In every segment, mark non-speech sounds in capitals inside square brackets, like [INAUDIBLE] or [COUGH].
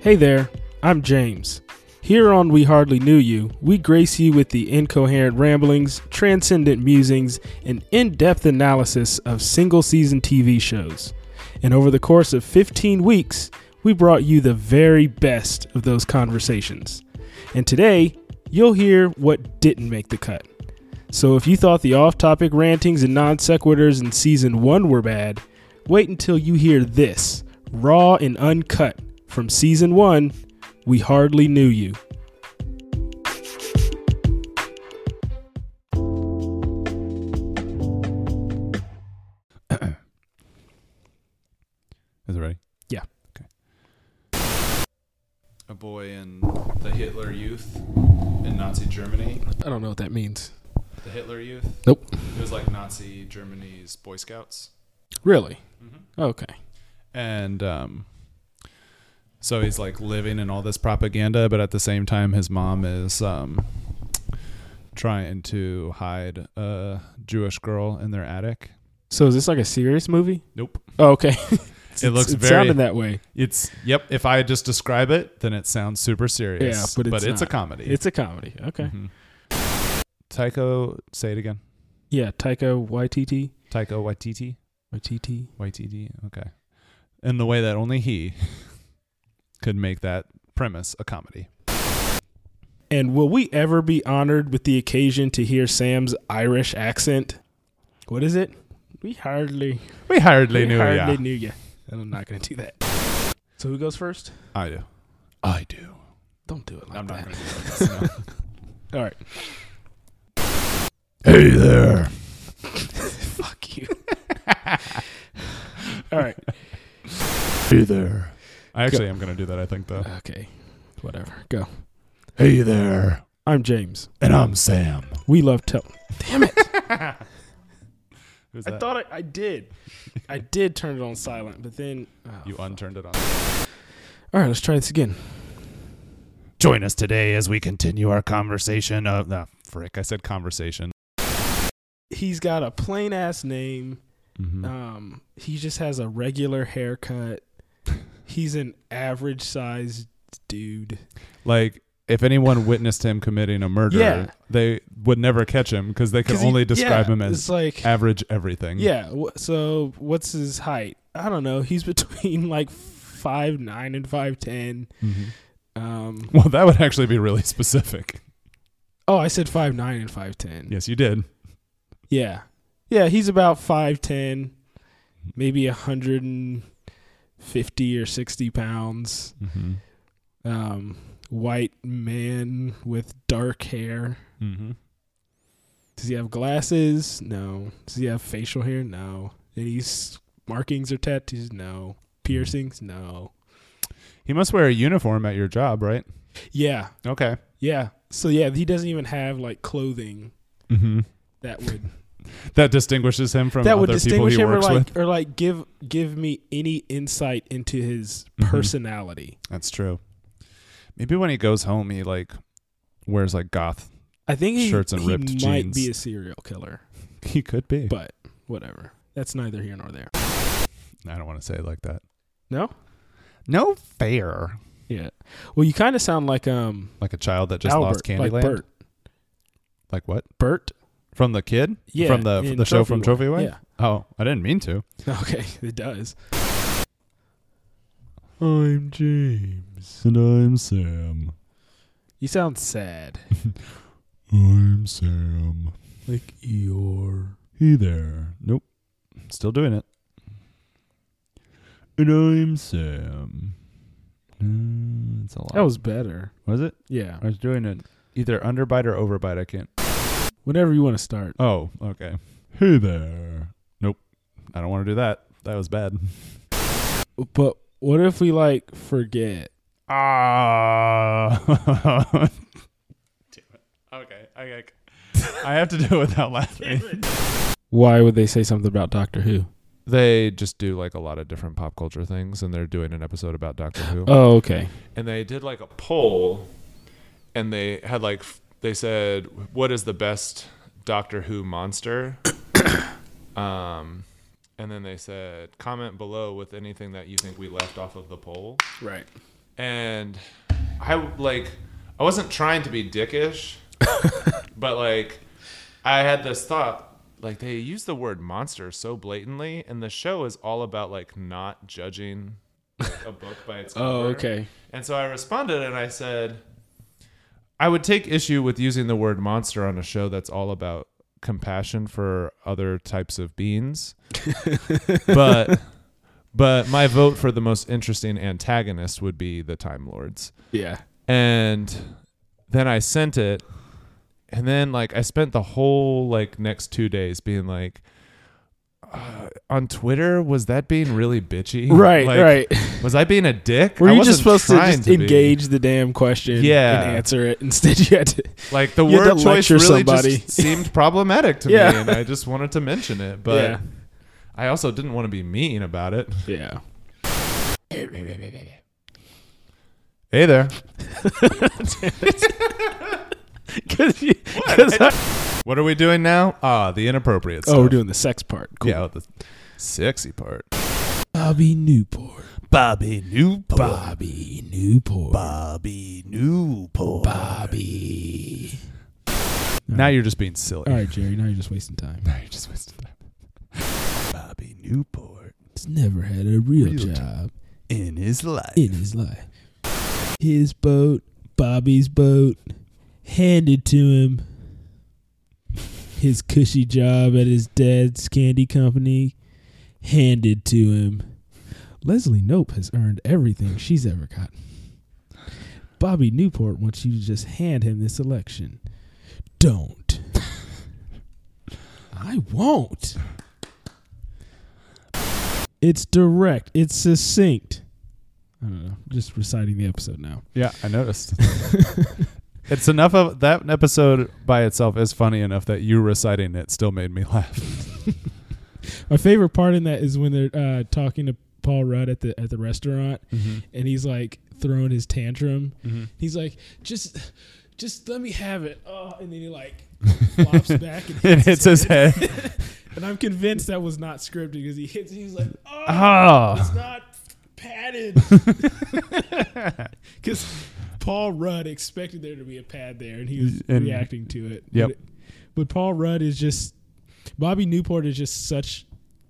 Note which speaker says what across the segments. Speaker 1: Hey there, I'm James. Here on We Hardly Knew You, we grace you with the incoherent ramblings, transcendent musings, and in depth analysis of single season TV shows. And over the course of 15 weeks, we brought you the very best of those conversations. And today, you'll hear what didn't make the cut. So if you thought the off topic rantings and non sequiturs in season one were bad, wait until you hear this raw and uncut from season one We Hardly Knew You.
Speaker 2: Is it ready?
Speaker 1: Yeah.
Speaker 2: Okay.
Speaker 3: a boy in the Hitler Youth in Nazi Germany.
Speaker 1: I don't know what that means.
Speaker 3: The Hitler Youth.
Speaker 1: Nope.
Speaker 3: It was like Nazi Germany's Boy Scouts.
Speaker 1: Really? Okay.
Speaker 3: And um, so he's like living in all this propaganda, but at the same time, his mom is um, trying to hide a Jewish girl in their attic.
Speaker 1: So is this like a serious movie?
Speaker 3: Nope.
Speaker 1: Oh, okay.
Speaker 3: It looks
Speaker 1: it
Speaker 3: very-
Speaker 1: sounded that way.
Speaker 3: It's, yep. If I just describe it, then it sounds super serious.
Speaker 1: Yeah, but it's
Speaker 3: a
Speaker 1: not.
Speaker 3: comedy.
Speaker 1: It's a comedy. Okay.
Speaker 3: Mhm. Taiko, say it again.
Speaker 1: Yeah, Taika Waititi.
Speaker 3: Taiko Waititi.
Speaker 1: Waititi.
Speaker 3: YTD. Okay. In the way that only he [LAUGHS] could make that premise a comedy.
Speaker 1: And will we ever be honored with the occasion to hear Sam's Irish accent? What is it? We hardly,
Speaker 3: We hardly
Speaker 1: we
Speaker 3: knew
Speaker 1: hardly
Speaker 3: ya.
Speaker 1: knew ya. And I'm not going to do that. So who goes first?
Speaker 3: I do. I do.
Speaker 1: Don't do it like
Speaker 3: I'm
Speaker 1: that.
Speaker 3: not going to do that. [LAUGHS]
Speaker 1: All right.
Speaker 3: Hey there.
Speaker 1: Fuck you. [LAUGHS] All right.
Speaker 3: Hey there. I actually am going to do that, I think, though.
Speaker 1: Okay. Whatever. Go.
Speaker 3: Hey there.
Speaker 1: I'm James.
Speaker 3: And I'm Sam.
Speaker 1: We love tell. Damn
Speaker 3: [LAUGHS]
Speaker 1: it!
Speaker 3: Who's
Speaker 1: I
Speaker 3: that?
Speaker 1: thought I, I did. I did turn it on silent, but then. oh,
Speaker 3: you
Speaker 1: fuck.
Speaker 3: unturned it on.
Speaker 1: All right. Let's try this again.
Speaker 3: Join us today as we continue our conversation of. Nah, frick. I said conversation.
Speaker 1: He's got a plain ass name.
Speaker 3: Mm-hmm.
Speaker 1: Um, he just has a regular haircut. He's an average sized dude.
Speaker 3: Like if anyone witnessed him committing a murder,
Speaker 1: Yeah.
Speaker 3: they would never catch him because they could
Speaker 1: 'Cause he-
Speaker 3: only describe
Speaker 1: yeah,
Speaker 3: him as
Speaker 1: it's like
Speaker 3: average everything.
Speaker 1: yeah. wh- So what's his height? I don't know. He's [LAUGHS] between like five nine and five ten.
Speaker 3: Mhm.
Speaker 1: Um.
Speaker 3: Well, that would actually be really [LAUGHS] specific.
Speaker 1: Oh, I said five nine and five ten.
Speaker 3: Yes, you did.
Speaker 1: Yeah. Yeah, he's about 5'10, maybe 150 or 60 pounds.
Speaker 3: Mm-hmm.
Speaker 1: Um, white man with dark hair.
Speaker 3: Mm-hmm.
Speaker 1: Does he have glasses? No. Does he have facial hair? No. Any s- markings or tattoos? No. Piercings? No.
Speaker 3: He must wear a uniform at your job, right?
Speaker 1: Yeah.
Speaker 3: Okay.
Speaker 1: Yeah. So, yeah, he doesn't even have like clothing
Speaker 3: Mm-hmm.
Speaker 1: that would
Speaker 3: That distinguishes him from
Speaker 1: that
Speaker 3: other
Speaker 1: would
Speaker 3: people
Speaker 1: distinguish
Speaker 3: he
Speaker 1: him or
Speaker 3: works
Speaker 1: like
Speaker 3: with.
Speaker 1: or like give give me any insight into his
Speaker 3: Mhm.
Speaker 1: personality.
Speaker 3: That's true. Maybe when he goes home, he like wears like goth. [LAUGHS]
Speaker 1: I think he,
Speaker 3: Shirts and
Speaker 1: he
Speaker 3: ripped
Speaker 1: might
Speaker 3: jeans.
Speaker 1: be a serial killer,
Speaker 3: He could be.
Speaker 1: but whatever. That's neither here nor there.
Speaker 3: I don't want to say it like that.
Speaker 1: No?
Speaker 3: No fair.
Speaker 1: Yeah. Well, you kind of sound like um
Speaker 3: Like a child that just
Speaker 1: Albert,
Speaker 3: lost Candyland.
Speaker 1: like Bert.
Speaker 3: Like what?
Speaker 1: Bert.
Speaker 3: From the kid?
Speaker 1: Yeah.
Speaker 3: From the
Speaker 1: in
Speaker 3: the show from Trophy Wife?
Speaker 1: Yeah.
Speaker 3: Oh, I didn't mean to.
Speaker 1: [LAUGHS] Okay. It does.
Speaker 2: I'm James. And I'm Sam.
Speaker 1: You sound
Speaker 3: [LAUGHS]
Speaker 1: sad.
Speaker 2: I'm Sam.
Speaker 1: like Eeyore.
Speaker 2: Hey there. Nope.
Speaker 3: Still doing it.
Speaker 2: And I'm Sam. Mm, It's a lot.
Speaker 1: That was better.
Speaker 2: was it?
Speaker 1: Yeah.
Speaker 2: I was doing it.
Speaker 3: Either underbite or overbite. I can't.
Speaker 1: Whenever you want to start.
Speaker 3: Oh, okay.
Speaker 2: Hey there.
Speaker 3: I don't want to do that. That was bad.
Speaker 1: But what if we like forget?
Speaker 3: Ah. [LAUGHS] Damn it. Okay. I, I, I have to do it without laughing.
Speaker 1: Why would they say something about Doctor Who?
Speaker 3: They just do like a lot of different pop culture things, and they're doing an episode about Doctor Who.
Speaker 1: Oh, okay.
Speaker 3: and they did like a poll and they had like f- they said what is the best doctor who monster [COUGHS] um and then they said comment below with anything that you think we left off of the poll
Speaker 1: Right.
Speaker 3: and I like I wasn't trying to be
Speaker 1: [LAUGHS]
Speaker 3: dickish, but like I had this thought like they use the word monster so blatantly, and the show is all about like not judging like, a book by its
Speaker 1: Oh,
Speaker 3: cover.
Speaker 1: okay.
Speaker 3: And so I responded and I said, I would take issue with using the word monster on a show that's all about compassion for other types of
Speaker 1: [LAUGHS]
Speaker 3: beings. but but my vote for the most interesting antagonist would be the Time Lords.
Speaker 1: Yeah.
Speaker 3: And then I sent it and then like I spent the whole like next 2 days being like uh, on Twitter was that being really bitchy?
Speaker 1: Right,
Speaker 3: Like,
Speaker 1: right.
Speaker 3: Was I being a dick?
Speaker 1: Were
Speaker 3: I
Speaker 1: you just
Speaker 3: wasn't
Speaker 1: supposed to
Speaker 3: trying
Speaker 1: just
Speaker 3: be.
Speaker 1: engage the damn question
Speaker 3: Yeah.
Speaker 1: and answer it? Instead, [LAUGHS] you had to.
Speaker 3: Like the
Speaker 1: You had
Speaker 3: word
Speaker 1: to
Speaker 3: choice
Speaker 1: lecture
Speaker 3: really
Speaker 1: somebody.
Speaker 3: just [LAUGHS] seemed problematic
Speaker 1: [LAUGHS]
Speaker 3: to
Speaker 1: Yeah.
Speaker 3: me, and I just wanted to mention it. But
Speaker 1: Yeah.
Speaker 3: I also didn't want to be mean about it.
Speaker 1: Yeah.
Speaker 3: Hey there.
Speaker 1: [LAUGHS] Cause you,
Speaker 3: What?
Speaker 1: 'cause I-
Speaker 3: What are we doing now? Ah, the inappropriate stuff.
Speaker 1: oh, we're doing the sex part. Cool.
Speaker 3: yeah, the sexy part.
Speaker 1: Bobby Newport.
Speaker 3: Bobby Newport.
Speaker 1: Bobby Newport.
Speaker 3: Bobby Newport.
Speaker 1: Bobby.
Speaker 3: Now you're just being silly.
Speaker 1: All right, Jerry. Now you're just wasting time.
Speaker 3: [LAUGHS] Now you're just wasting time. Bobby Newport
Speaker 1: He's never had a real,
Speaker 3: Real
Speaker 1: job,
Speaker 3: in his life.
Speaker 1: in his life. His boat, Bobby's boat, handed to him. His cushy job at his dad's candy company, handed to him. Leslie Nope has earned everything she's ever gotten. Bobby Newport wants you to just hand him this election. Don't. I won't. It's direct. It's succinct. I don't know. Just reciting the episode now. [LAUGHS]
Speaker 4: Yeah, I noticed. it's enough of that episode by itself is funny enough that you reciting it still made me
Speaker 3: [LAUGHS]
Speaker 4: laugh.
Speaker 1: My favorite part in that is when they're uh, talking to Paul Rudd at the at the restaurant,
Speaker 4: Mm-hmm.
Speaker 1: and he's like throwing his tantrum. He's like, "Just, just let me have it." Oh, and then he like
Speaker 4: [LAUGHS]
Speaker 1: flops back and hits,
Speaker 4: it hits his head.
Speaker 1: And I'm convinced that was not scripted because he hits. He's like, "Oh,
Speaker 4: [LAUGHS] Oh,
Speaker 1: it's not padded,"
Speaker 3: [LAUGHS]
Speaker 1: because Paul Rudd expected there to be a pad there, and he was
Speaker 4: And-
Speaker 1: reacting to it.
Speaker 4: Yep.
Speaker 1: But, but Paul Rudd is just Bobby Newport is just such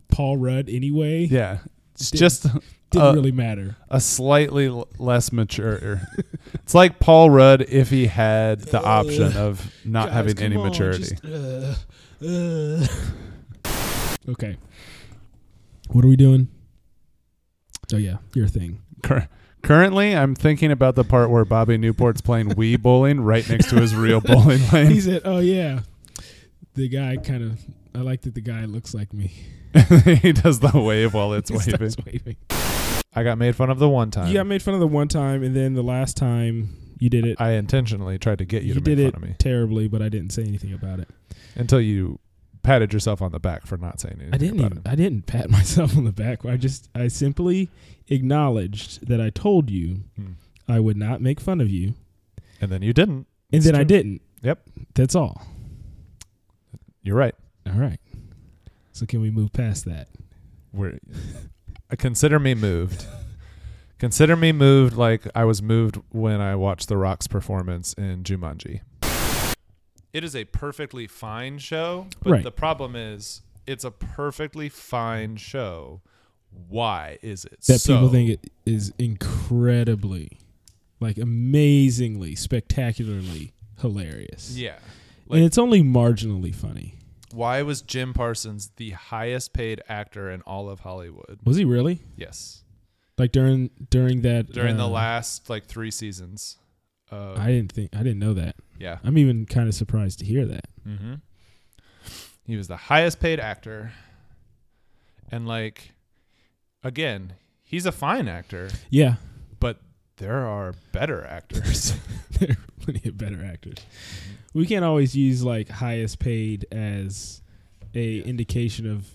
Speaker 1: Paul Rudd anyway. [LAUGHS]
Speaker 4: yeah. It's
Speaker 1: Didn't-
Speaker 4: just
Speaker 1: Didn't
Speaker 4: uh,
Speaker 1: really matter.
Speaker 4: a slightly l- less
Speaker 1: [LAUGHS]
Speaker 4: mature. it's like Paul Rudd if he had the option of not
Speaker 1: Guys,
Speaker 4: having any
Speaker 1: come on,
Speaker 4: maturity.
Speaker 1: just, uh, uh. [LAUGHS] okay. What are we doing? Oh yeah, your thing.
Speaker 4: Cur- currently, I'm thinking about the part where Bobby Newport's playing Wii bowling right next to his real
Speaker 1: [LAUGHS]
Speaker 4: bowling lane.
Speaker 1: He said, "Oh yeah." The guy kind of. I like that the guy looks like me.
Speaker 4: [LAUGHS] he does the wave while it's
Speaker 1: He [LAUGHS]
Speaker 4: waving.
Speaker 1: starts waving.
Speaker 4: I got made fun of the one time.
Speaker 1: You got made fun of the one time, and then the last time you did it.
Speaker 4: I intentionally tried to get you,
Speaker 1: you
Speaker 4: to
Speaker 1: did
Speaker 4: make
Speaker 1: it
Speaker 4: fun of me
Speaker 1: terribly, but I didn't say anything about it.
Speaker 4: until you patted yourself on the back for not saying anything.
Speaker 1: I didn't.
Speaker 4: about
Speaker 1: Even,
Speaker 4: it.
Speaker 1: I didn't pat [LAUGHS] myself on the back. I just. I simply acknowledged that I told you
Speaker 4: Hmm.
Speaker 1: I would not make fun of you,
Speaker 4: And then you didn't.
Speaker 1: and
Speaker 4: It's
Speaker 1: then I
Speaker 4: true.
Speaker 1: didn't.
Speaker 4: Yep.
Speaker 1: That's all.
Speaker 4: You're right.
Speaker 1: All right. So can we move past that?
Speaker 4: We're, Uh, [LAUGHS] consider me moved. consider me moved like I was moved when I watched The Rock's performance in Jumanji.
Speaker 3: It is a perfectly fine show, but
Speaker 1: Right.
Speaker 3: the problem is it's a perfectly fine show. Why is it
Speaker 1: That
Speaker 3: so?
Speaker 1: people think it is incredibly, like amazingly, spectacularly hilarious.
Speaker 3: yeah.
Speaker 1: and
Speaker 3: like-
Speaker 1: it's only marginally funny.
Speaker 3: Why was Jim Parsons the highest paid actor in all of Hollywood?
Speaker 1: Was he really?
Speaker 3: Yes.
Speaker 1: Like during during that
Speaker 3: During the
Speaker 1: uh,
Speaker 3: last like 3 seasons. Uh,
Speaker 1: I didn't think I didn't know that.
Speaker 3: yeah.
Speaker 1: I'm even kind of surprised to hear that.
Speaker 3: Mm-hmm. He was the highest paid actor. And like again, he's a fine actor,
Speaker 1: Yeah,
Speaker 3: but there are better
Speaker 5: [LAUGHS]
Speaker 1: [LAUGHS]
Speaker 3: actors.
Speaker 1: there are plenty of better actors. We can't always use like highest paid as a indication of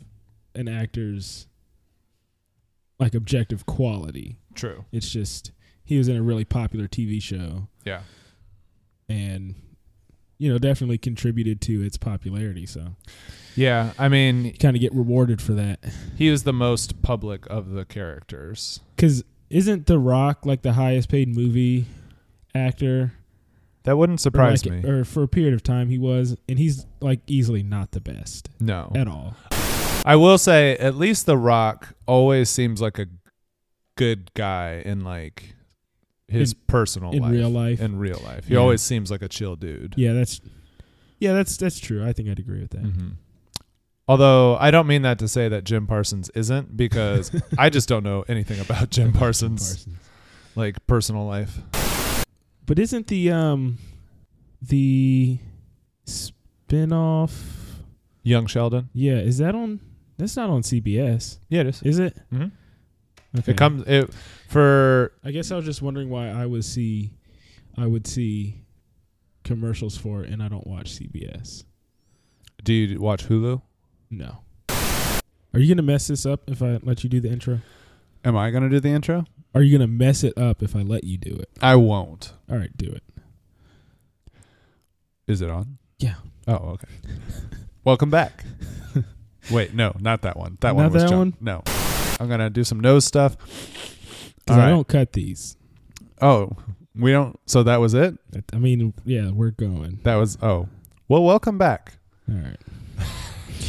Speaker 1: an actor's like objective quality.
Speaker 3: True.
Speaker 1: It's just he was in a really popular TV show
Speaker 3: Yeah.
Speaker 1: and you know definitely contributed to its popularity. So
Speaker 3: Yeah, I mean,
Speaker 1: you kind of get rewarded for that
Speaker 3: he was the most public of the characters.
Speaker 1: because Isn't The Rock like the highest paid movie actor?
Speaker 5: That wouldn't surprise
Speaker 1: or like,
Speaker 5: me.
Speaker 1: Or for a period of time he was, and he's like easily not the best
Speaker 5: no.
Speaker 1: at all.
Speaker 5: I will say, at least The Rock always seems like a good guy in like his
Speaker 1: In-
Speaker 5: personal
Speaker 1: in
Speaker 5: life.
Speaker 1: real life.
Speaker 5: In real life. He
Speaker 1: Yeah.
Speaker 5: always seems like a chill dude.
Speaker 1: Yeah, that's yeah, that's that's true. I think I'd agree with that. [LAUGHS]
Speaker 3: Mm-hmm.
Speaker 5: Mhm. Although I don't mean that to say that Jim Parsons isn't, [LAUGHS] because I just don't know anything about Jim Parsons' like personal life.
Speaker 1: But isn't the um the spinoff?
Speaker 5: Young Sheldon.
Speaker 1: Yeah, is that on? That's not on CBS,
Speaker 5: Yeah, it is.
Speaker 1: is it?
Speaker 5: Mhm.
Speaker 3: Mm-hmm.
Speaker 1: Okay.
Speaker 5: It comes it for
Speaker 1: I guess I was just wondering why I would see, I would see commercials for it, and I don't watch CBS.
Speaker 5: do you watch Hulu?
Speaker 1: No. Are you gonna mess this up if I let you do the intro?
Speaker 3: Am I gonna do the intro?
Speaker 1: Are you gonna mess it up if I let you do it?
Speaker 3: I won't.
Speaker 1: All right, do it.
Speaker 3: Is it on?
Speaker 1: Yeah.
Speaker 3: Oh, okay.
Speaker 5: [LAUGHS]
Speaker 3: Welcome back. Wait, no, not that one. That one
Speaker 1: Not
Speaker 3: was
Speaker 1: that
Speaker 3: John.
Speaker 1: one?
Speaker 3: No. I'm gonna do some nose stuff.
Speaker 1: 'Cause
Speaker 3: All
Speaker 1: I
Speaker 3: right.
Speaker 1: don't cut these.
Speaker 3: Oh, we don't so that was it?
Speaker 1: That- I mean, yeah, we're going.
Speaker 3: That was oh. Well, welcome back.
Speaker 1: All
Speaker 3: [LAUGHS]
Speaker 1: right.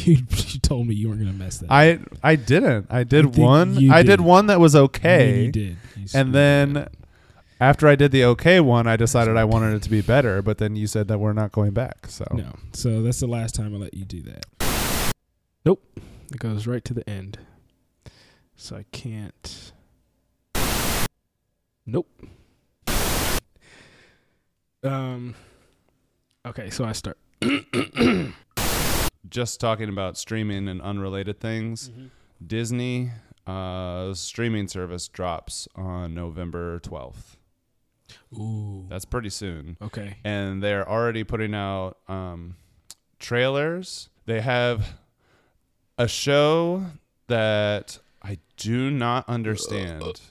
Speaker 1: you, you told me you weren't gonna mess that. up.
Speaker 3: I I didn't. I
Speaker 1: I
Speaker 3: did
Speaker 1: think
Speaker 3: one.
Speaker 1: you
Speaker 3: I did
Speaker 1: did.
Speaker 3: one that was
Speaker 1: And then
Speaker 3: okay.
Speaker 1: you did. You
Speaker 3: And
Speaker 1: screwed
Speaker 3: then
Speaker 1: up.
Speaker 3: after I did the okay one, I decided I wanted it to be better, but then you said that we're not going back. So
Speaker 1: no, so that's the last time I let you do that. Nope, it goes right to the end. So I can't. Nope. Um. Okay, so I start. [COUGHS]
Speaker 3: just talking about streaming and unrelated things,
Speaker 1: Mm-hmm.
Speaker 3: Disney uh, streaming service drops on November 12th.
Speaker 1: Ooh.
Speaker 3: That's pretty soon.
Speaker 1: Okay.
Speaker 3: And they're already putting out um, trailers. They have a show that I do not understand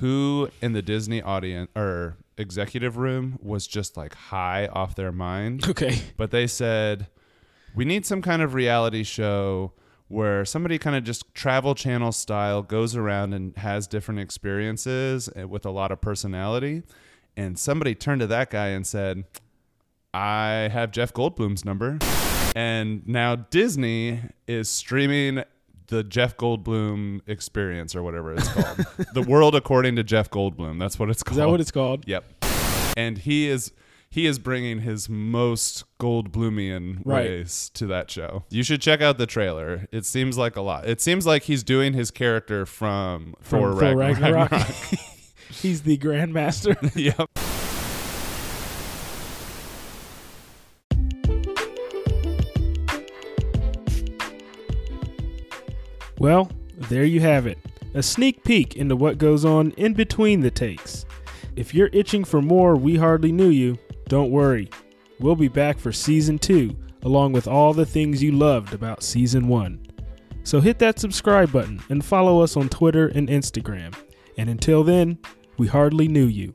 Speaker 3: who in the Disney audience or executive room was just like high off their mind
Speaker 1: Okay.
Speaker 3: but they said we need some kind of reality show where somebody kind of just travel channel style goes around and has different experiences and with a lot of personality and somebody turned to that guy and said i have jeff goldblum's number and now disney is streaming the jeff goldblum experience or whatever it's
Speaker 1: [LAUGHS]
Speaker 3: called the world according to jeff goldblum that's what it's
Speaker 1: Is
Speaker 3: called
Speaker 1: that what it's called?
Speaker 3: Yep. And he is he is bringing his most Goldblumian
Speaker 1: Right.
Speaker 3: ways to that show. You should check out the trailer. It seems like a lot. It seems like he's doing his character from, Thor
Speaker 1: Thor
Speaker 3: Ragnarok. [LAUGHS]
Speaker 1: Ragnarok. [LAUGHS] He's the grandmaster.
Speaker 3: yep.
Speaker 1: Well, there you have it. A sneak peek into what goes on in between the takes. If you're itching for more We Hardly Knew You, don't worry. We'll be back for season two, along with all the things you loved about season one. So hit that subscribe button and follow us on Twitter and Instagram. And until then, we hardly knew you.